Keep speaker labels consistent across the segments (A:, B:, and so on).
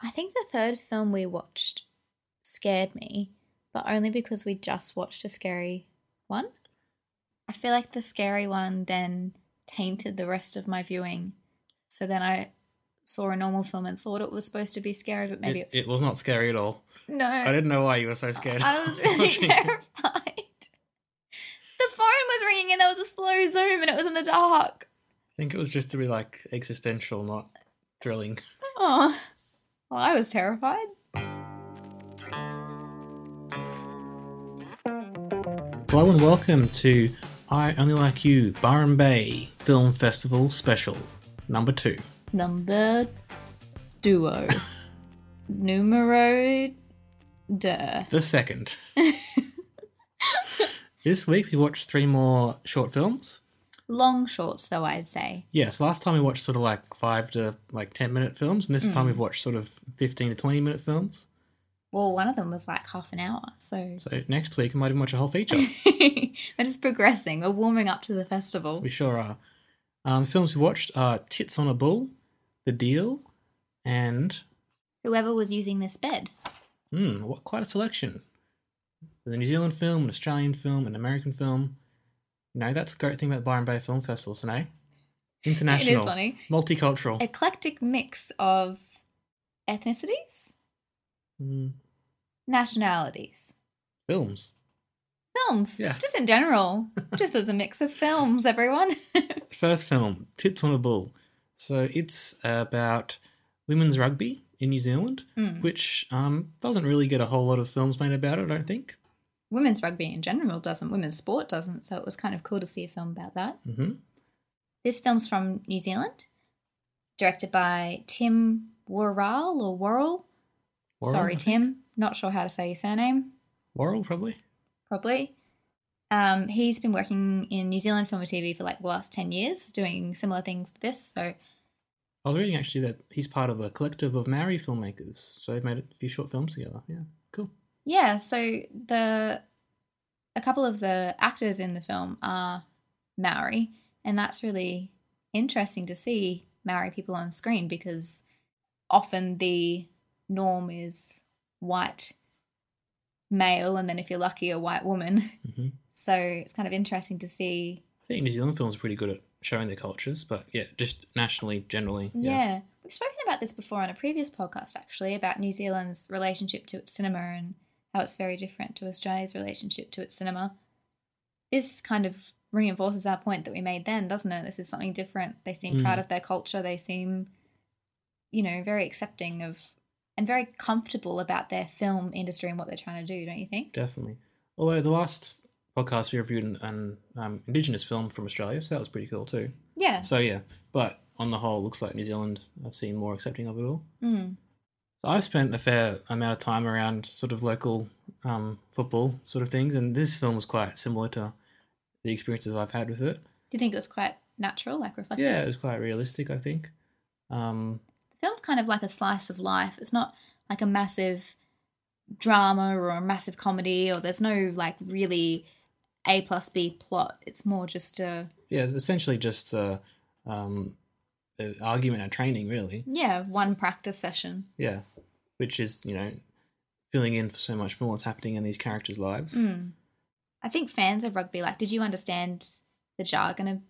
A: I think the third film we watched scared me, but only because we just watched a scary one. I feel like the scary one then tainted the rest of my viewing. So then I saw a normal film and thought it was supposed to be scary, but maybe
B: It, it was not scary at all.
A: no.
B: I didn't know why you were so scared.
A: I was really
B: watching it.
A: terrified. The phone was ringing and there was a slow zoom and it was in the dark.
B: I think it was just to be like existential, not thrilling.
A: Oh, well, I was terrified.
B: Hello and welcome to I Only Like You Bar and Bay Film Festival Special Number Two.
A: Number duo. Numero de.
B: The second. this week we watched three more short films.
A: Long shorts, though, I'd say.
B: Yes, last time we watched sort of like five to like ten minute films, and
A: Hmm.
B: this time we've watched sort of fifteen to twenty minute films.
A: Well, one of them was like half an hour, so.
B: So next week we might even watch a whole feature.
A: We're just progressing. We're warming up to the festival.
B: we sure are. Um, the films we watched are Tits on a Bull, The Deal, and
A: Whoever was using this bed.
B: Hmm, what quite a selection. There's a New Zealand film, an Australian film, an American film. You know, that's the great thing about Byron Bay Film Festival, isn't it? International.
A: funny.
B: Multicultural.
A: Eclectic mix of ethnicities,
B: Hmm,
A: nationalities,
B: films.
A: films,
B: Yeah.
A: just in general. just as a mix of films, everyone.
B: First film, Tits on a Bull. So it's about women's rugby in New Zealand,
A: Hmm.
B: which um, doesn't really get a whole lot of films made about it, I don't think.
A: women's rugby in general doesn't, women's sport doesn't, so it was kind of cool to see a film about that.
B: hmm
A: This film's from New Zealand, directed by Tim Worrell or Worrell.
B: Worrell,
A: Sorry,
B: I
A: Tim. Not sure how to say your surname,
B: Worrell, probably.
A: probably. Um, he's been working in New Zealand film and TV for like the last 10 years, doing similar things to this. So,
B: I was reading actually that he's part of a collective of Maori filmmakers, so they've made a few short films together. Yeah, cool.
A: yeah, so the a couple of the actors in the film are Maori, and that's really interesting to see Maori people on screen because often the norm is white male and then if you're lucky a white woman.
B: hmm
A: So, it's kind of interesting to see
B: I think New Zealand films are pretty good at showing their cultures, but yeah, just nationally, generally.
A: Yeah. We've spoken about this before on a previous podcast, actually, about New Zealand's relationship to its cinema and how it's very different to Australia's relationship to its cinema. This kind of reinforces our point that we made then, doesn't it? This is something different. They seem proud
B: Mm.
A: of their culture. They seem, you know, very accepting of and very comfortable about their film industry and what they're trying to do, don't you think?
B: Definitely. Although the last podcast we reviewed an, an um, Indigenous film from Australia, so that was pretty cool too.
A: Yeah.
B: So yeah, but on the whole, looks like New Zealand have seemed more accepting of it all.
A: Mm.
B: So I've spent a fair amount of time around sort of local um, football sort of things, and this film was quite similar to the experiences I've had with it.
A: Do you think it was quite natural, like reflective?
B: Yeah, it was quite realistic, I think. Um,
A: the film's kind of like a slice of life. It's not like a massive drama or a massive comedy, or there's no like really A plus B plot. It's more just a
B: yeah, it's essentially just a, um, an argument and training, really.
A: yeah one practice session.
B: Yeah, which is you know filling in for so much more that's happening in these characters' lives.
A: Mm. I think fans of rugby like, did you understand the jargon a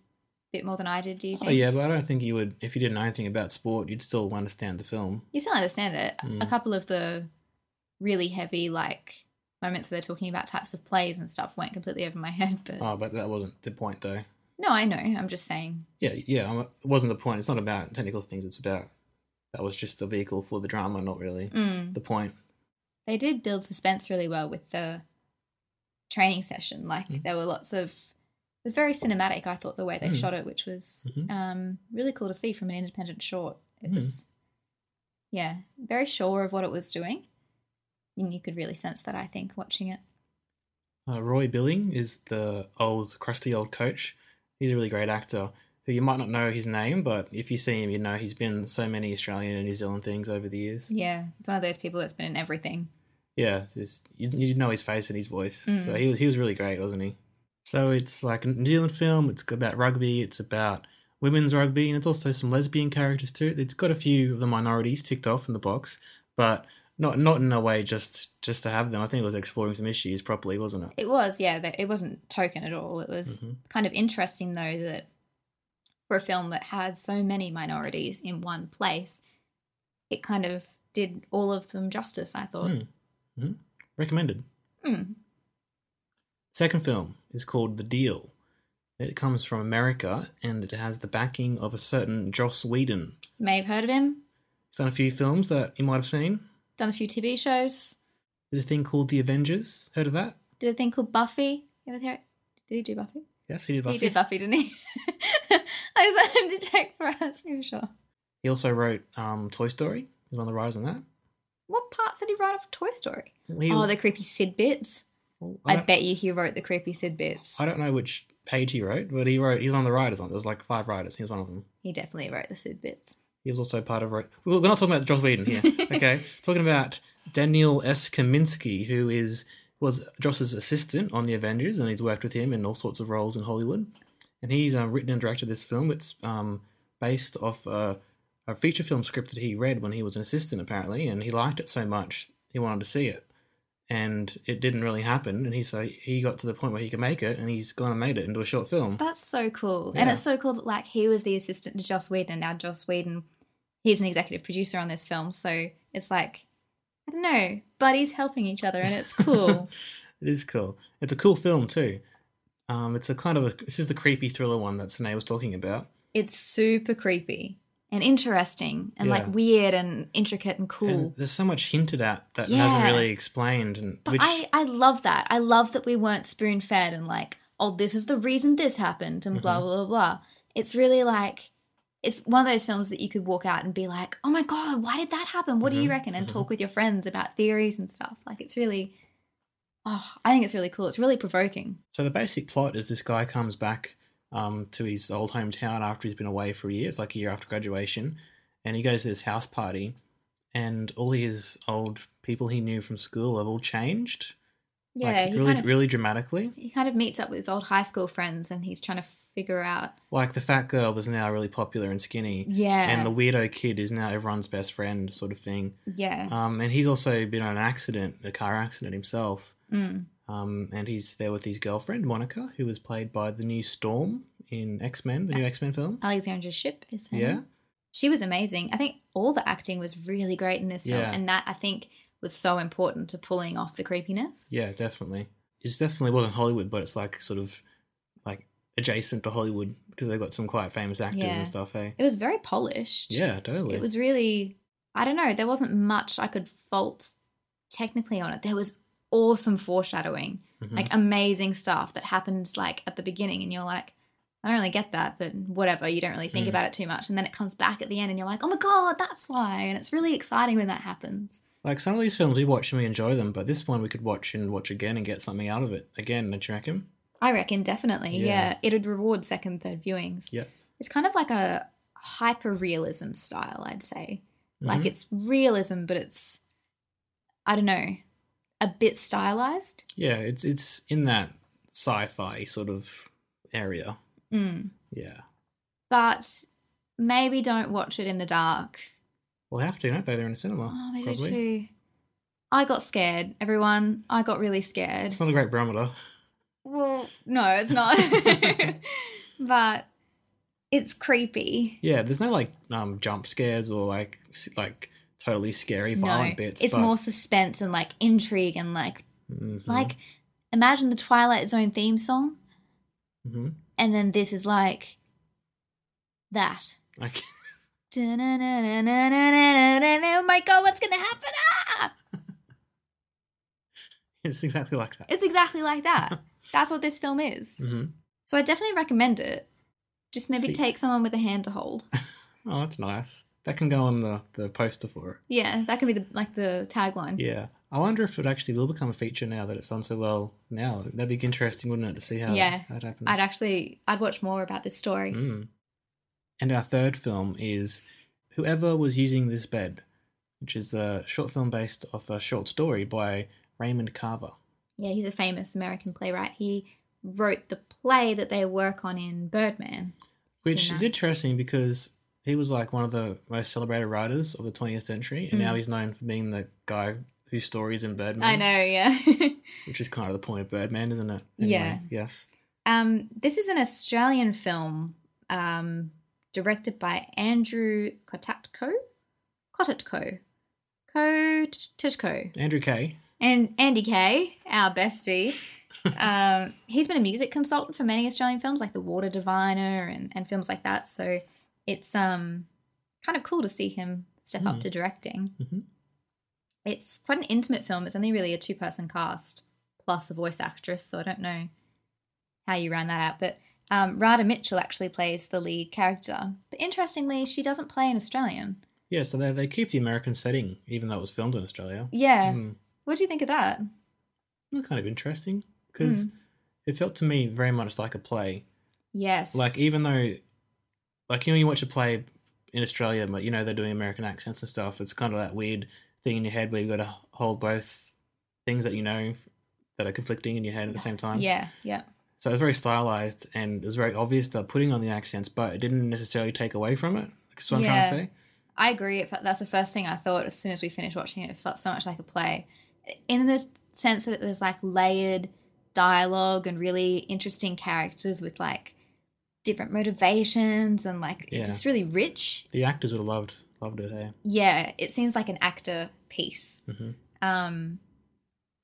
A: bit more than I did? Do you think?
B: Oh yeah, but I don't think you would if you didn't know anything about sport, you'd still understand the film.
A: you still understand it. A
B: Mm.
A: couple of the really heavy like moments where they're talking about types of plays and stuff went completely over my head. But
B: Oh, but that wasn't the point though.
A: no, I know. I'm just saying
B: Yeah, yeah, I'm- it wasn't the point. It's not about technical things. It's about that was just a vehicle for the drama, not really
A: Mm.
B: the point.
A: they did build suspense really well with the training session. Like
B: Mm.
A: there were lots of was very cinematic. I thought the way they
B: Mm.
A: shot it, which was
B: Mhm.
A: um, really cool to see from an independent short. It
B: Mm.
A: was, yeah, very sure of what it was doing, and you could really sense that. I think watching it.
B: Uh, Roy Billing is the old, crusty old coach. He's a really great actor who you might not know his name, but if you see him, you know he's been in so many Australian and New Zealand things over the years.
A: Yeah, it's one of those people that's been in everything.
B: Yeah, it's just, you, you know his face and his voice.
A: Mm.
B: So he was, he was really great, wasn't he? So it's like a New Zealand film. It's about rugby. It's about women's rugby, and it's also some lesbian characters too. It's got a few of the minorities ticked off in the box, but not not in a way just just to have them. I think it was exploring some issues properly, wasn't it?
A: It was, yeah. that- It wasn't token at all. It was
B: Mhm.
A: kind of interesting though that for a film that had so many minorities in one place, it kind of did all of them justice. I thought.
B: Mm. Mhm. Recommended.
A: Mm.
B: Second film is called The Deal. It comes from America and it has the backing of a certain Joss Whedon.
A: You may have heard of him.
B: He's done a few films that you might have seen.
A: Done a few TV shows.
B: Did a thing called The Avengers. Heard of that?
A: Did a thing called Buffy. You ever hear? Did he do Buffy?
B: Yes, he did. Buffy.
A: He did Buffy, didn't he? I just wanted to check for us. You were sure.
B: He also wrote um, Toy Story. He's on the rise on that.
A: What parts did he write of Toy Story?
B: He-
A: oh, the creepy Sid bits.
B: well, I,
A: I,
B: don't,
A: bet you he wrote the creepy Sid bits.
B: I don't know which page he wrote, but he wrote. He's on the writers on. There's like five writers. He was one of them.
A: He definitely wrote the Sid bits.
B: He was also part of. We're we're not talking about Joss Whedon here, okay? talking about Daniel S. Kaminsky, who is was Joss's assistant on the Avengers, and he's worked with him in all sorts of roles in Hollywood. And he's uh, written and directed this film. It's um, based off uh, a feature film script that he read when he was an assistant, apparently, and he liked it so much he wanted to see it. And it didn't really happen, and he so he got to the point where he could make it, and he's gone and made it into a short film.
A: That's so cool. And
B: Yeah.
A: it's so cool that like he was the assistant to Joss Whedon and now Joss Whedon he's an executive producer on this film, so it's like I don't know, buddies helping each other and it's cool.
B: It is cool. It's a cool film too. Um, it's a kind of a, this is the creepy thriller one that Sine was talking about.
A: it's super creepy and interesting and like
B: Yeah.
A: weird and intricate and cool.
B: And there's so much hinted at that
A: Yeah.
B: hasn't really explained, and
A: but
B: which
A: I, I love that. I love that we weren't spoon fed and like, oh, this is the reason this happened and blah,
B: Mhm.
A: blah, blah, blah. It's really like, it's one of those films that you could walk out and be like, oh my God, why did that happen? What do you
B: Mhm,
A: reckon? And
B: mhm.
A: talk with your friends about theories and stuff. Like, it's really, oh, I think it's really cool. It's really provoking.
B: so the basic plot is this guy comes back um, to his old hometown after he's been away for a year. It's like a year after graduation, and he goes to this house party, and all his old people he knew from school have all changed,
A: Yeah,
B: like
A: he,
B: really,
A: kind of,
B: really dramatically.
A: he kind of meets up with his old high school friends and he's trying to figure out,
B: Like the fat girl that's now really popular and skinny,
A: yeah,
B: and the weirdo kid is now everyone's best friend, sort of thing.
A: yeah,
B: Um, and he's also been on an accident, a car accident himself.
A: mm,
B: Um, and he's there with his girlfriend Monica, who was played by the new Storm in X Men, the new X Men film.
A: Alexandra's ship is her
B: Yeah,
A: name. she was amazing. I think all the acting was really great in this film,
B: Yeah.
A: and that I think was so important to pulling off the creepiness.
B: yeah, definitely. It's definitely wasn't Hollywood, but it's like sort of like adjacent to Hollywood because they've got some quite famous actors
A: Yeah.
B: and stuff. Hey,
A: It was very polished.
B: yeah, totally.
A: it was really. I don't know. There wasn't much I could fault technically on it. There was awesome foreshadowing,
B: Mhm.
A: like amazing stuff that happens like at the beginning, and you're like. I don't really get that, but whatever. You don't really think
B: Mm.
A: about it too much. And then it comes back at the end, and you're like, oh my God, that's why. And it's really exciting when that happens.
B: like some of these films we watch and we enjoy them, but this one we could watch and watch again and get something out of it again. Don't you reckon?
A: I reckon definitely, yeah.
B: Yeah.
A: It'd reward second, third viewings.
B: Yeah.
A: It's kind of like a hyper realism style, I'd say. Like
B: Mhm.
A: it's realism, but it's I don't know, a bit stylized.
B: Yeah, it's it's in that sci-fi sort of area.
A: Mm.
B: Yeah.
A: But maybe don't watch it in the dark.
B: Well, they have to, don't they? They're in a cinema.
A: Oh, they
B: probably.
A: do too. I got scared, everyone. I got really scared.
B: It's not a great barometer.
A: Well, no, it's not. but it's creepy.
B: Yeah, there's no like um, jump scares or like s- like totally scary violent bits.
A: It's
B: but-
A: more suspense and like intrigue and like
B: Mhm,
A: like imagine the Twilight Zone theme song
B: mhm.
A: and then this is like that.
B: like
A: Oh my god, what's gonna happen? Ah!
B: it's exactly like that.
A: It's exactly like that. That's what this film is.
B: Mhm.
A: So I definitely recommend it. Just maybe
B: See-
A: take someone with a hand to hold.
B: Oh, that's nice. That can go on the, the poster for it.
A: Yeah, that could be the like the tagline.
B: Yeah. I wonder if it actually will become a feature now that it's done so well now. That'd be interesting, wouldn't it, to see how
A: Yeah.
B: that happens.
A: I'd actually I'd watch more about this story.
B: Mm. And our third film is Whoever Was Using This Bed, which is a short film based off a short story by Raymond Carver.
A: Yeah, he's a famous American playwright. He wrote the play that they work on in Birdman.
B: Which
A: Seen
B: is
A: that.
B: interesting because he was like one of the most celebrated writers of the 20th century, and now
A: Mm.
B: he's known for being the guy whose stories in Birdman.
A: I know, yeah.
B: Which is kind of the point of Birdman, isn't it?
A: Yeah.
B: Yes.
A: um, this is an Australian film um, directed by Andrew Kotatko. Kotatko. Kotatko.
B: Andrew Kay.
A: And Andy Kay, our bestie. um, he's been a music consultant for many Australian films like The Water Diviner and, and films like that. So it's um, kind of cool to see him step up
B: Mm.
A: to directing.
B: Mhm.
A: It's quite an intimate film. It's only really a two person cast plus a voice actress. So I don't know how you ran that out. But um, Rada Mitchell actually plays the lead character. But interestingly, she doesn't play an Australian.
B: Yeah, so they, they keep the American setting, even though it was filmed in Australia.
A: Yeah.
B: Mm.
A: What do you think of that?
B: That's kind of interesting because
A: Mm.
B: it felt to me very much like a play.
A: Yes.
B: Like even though, like you know, you watch a play in Australia, but you know they're doing American accents and stuff. It's kind of that weird thing in your head where you got to hold both things that you know that are conflicting in your head at the same time.
A: Yeah, yeah.
B: So it was very stylized and it was very obvious they're putting on the accents, but it didn't necessarily take away from it. That's what I'm trying to
A: Yeah.
B: say.
A: I agree. It felt, that's the first thing I thought as soon as we finished watching it. It felt so much like a play, in the sense that there's like layered dialogue and really interesting characters with like different motivations and like
B: Yeah.
A: it's just really rich.
B: The actors would have loved loved it. eh? Hey?
A: Yeah, it seems like an actor piece.
B: Mhm.
A: Um,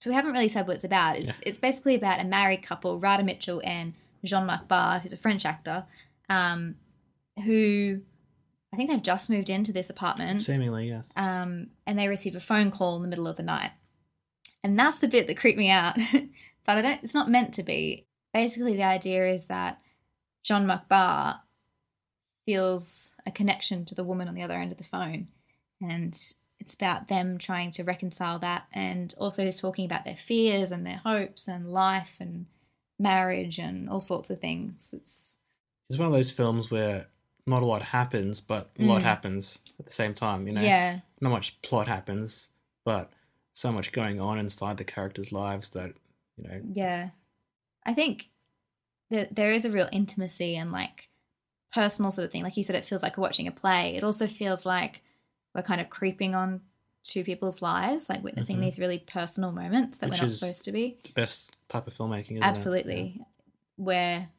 A: so we haven't really said what it's about. It's it's basically about a married couple, Rada Mitchell and Jean Marc Barr, who's a French actor, um, who I think they've just moved into this apartment
B: Seemingly, yes.
A: um, and they receive a phone call in the middle of the night. And that's the bit that creeped me out. but I don't, it's not meant to be. Basically, the idea is that John McBar feels a connection to the woman on the other end of the phone. And it's about them trying to reconcile that. And also, he's talking about their fears and their hopes and life and marriage and all sorts of things. It's,
B: It's one of those films where not a lot happens, but a lot
A: Mm.
B: happens at the same time. You know,
A: yeah,
B: not much plot happens, but so much going on inside the characters' lives that you know.
A: Yeah. I think that there is a real intimacy and like personal sort of thing. Like you said, it feels like we're watching a play. It also feels like we're kind of creeping on to people's lives, like witnessing
B: Mhm.
A: these really personal moments that
B: Which
A: we're not
B: is
A: supposed to be.
B: The best type of filmmaking, isn't
A: Absolutely. Where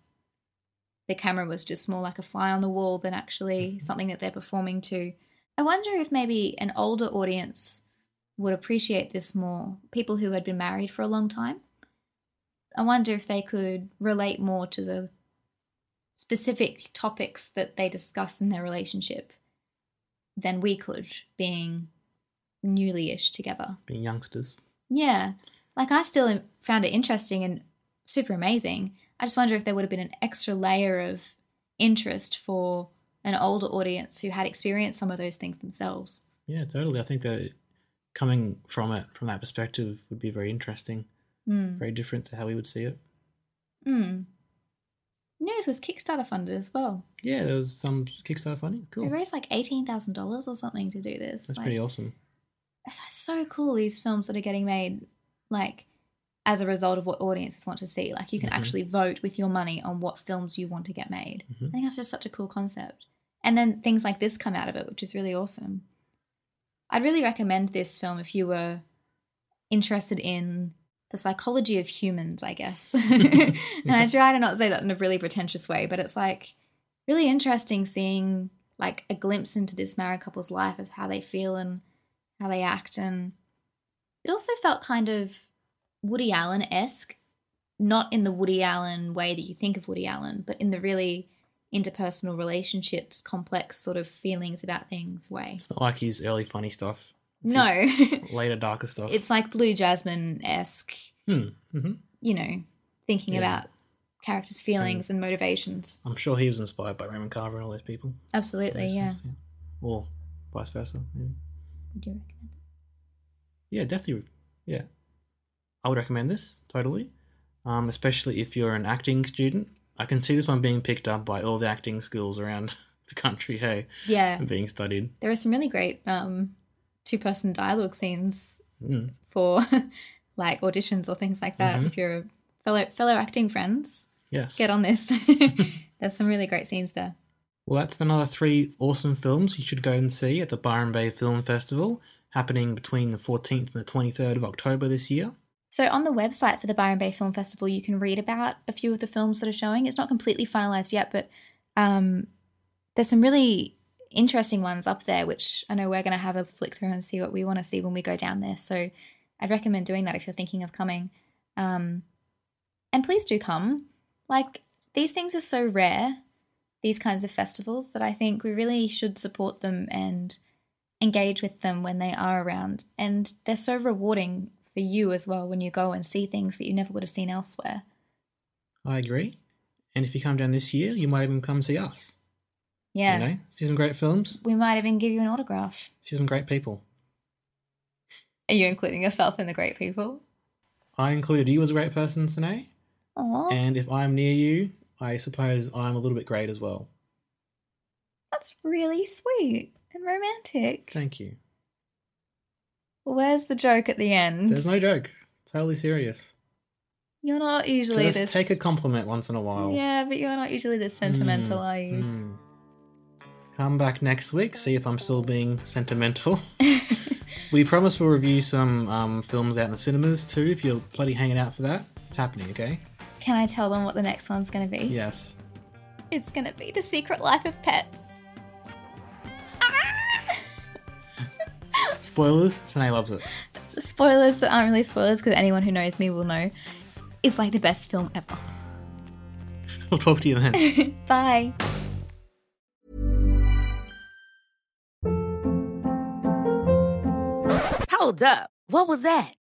A: the camera was just more like a fly on the wall than actually something that they're performing to. I wonder if maybe an older audience would appreciate this more. People who had been married for a long time. I wonder if they could relate more to the specific topics that they discuss in their relationship than we could, being newly ish together.
B: It? Being youngsters,
A: Yeah. Like I still am- found it interesting and super amazing. I just wonder if there would have been an extra layer of interest for an older audience who had experienced some of those things themselves.
B: yeah, totally. I think that coming from it from that perspective would be very interesting,
A: Mm.
B: very different to how we would see it.
A: Mm. You know, this was Kickstarter funded as well.
B: Yeah, there was some Kickstarter funding. Cool,
A: They raised like $18,000 or something to do this.
B: that's
A: like,
B: pretty awesome.
A: It's just so cool, these films that are getting made, like, as a result of what audiences want to see. Like, you can
B: Mhm.
A: actually vote with your money on what films you want to get made. I
B: Mhm.
A: think that's just such a cool concept. And then things like this come out of it, which is really awesome. I'd really recommend this film if you were interested in the psychology of humans, I guess. and I try to not say that in a really pretentious way, but it's like really interesting seeing like a glimpse into this married couple's life of how they feel and how they act. And it also felt kind of Woody Allen esque, not in the Woody Allen way that you think of Woody Allen, but in the really interpersonal relationships, complex sort of feelings about things way.
B: It's not like his early funny stuff. It's
A: No,
B: his later darker stuff.
A: it's like Blue Jasmine esque,
B: hmm. hmm
A: you know, thinking
B: Yeah.
A: about characters' feelings and motivations.
B: I'm sure he was inspired by Raymond Carver and all those people.
A: Absolutely,
B: Those
A: yeah.
B: things, Or vice versa, maybe.
A: Would you recommend?
B: Yeah, definitely. Yeah, I would recommend this totally, um, especially if you're an acting student. I can see this one being picked up by all the acting schools around the country. Hey,
A: Yeah,
B: and being studied.
A: there are some really great um, two-person dialogue scenes
B: Mm.
A: for like auditions or things like that. If you're a fellow fellow acting friends,
B: Yes.
A: get on this. There's some really great scenes there.
B: Well, that's another three awesome films you should go and see at the Byron Bay Film Festival, happening between the 14th and the 23rd of October this year.
A: So on the website for the Byron Bay Film Festival, you can read about a few of the films that are showing. It's not completely finalized yet, but um, there's some really interesting ones up there, which I know we're going to have a flick through and see what we want to see when we go down there. So I'd recommend doing that if you're thinking of coming. Um, and please do come. Like these things are so rare, these kinds of festivals, that I think we really should support them and engage with them when they are around. And they're so rewarding for you as well when you go and see things that you never would have seen elsewhere.
B: I agree. And if you come down this year, you might even come see us.
A: Yeah.
B: You know, see some great films,
A: We might even give you an autograph.
B: see some great people.
A: Are you including yourself in the great people?
B: I included you as a great person, Sine.
A: Oh,
B: And if I'm near you, I suppose I'm a little bit great as well.
A: that's really sweet and romantic.
B: Thank you.
A: Where's the joke at the end?
B: There's no joke. Totally serious.
A: You're not usually
B: Just
A: this.
B: take a compliment once in a while.
A: Yeah, but you're not usually this sentimental,
B: Mm,
A: are you?
B: mm. Come back next week, see if I'm still being sentimental. we promise we'll review some um, films out in the cinemas too, if you're bloody hanging out for that. It's happening, okay?
A: Can I tell them what the next one's going to be?
B: Yes.
A: It's going to be The Secret Life of Pets.
B: Spoilers, Sine loves it.
A: spoilers that aren't really spoilers because anyone who knows me will know it's like the best film ever.
B: We'll talk to you then.
A: Bye.
C: Hold up. What was that?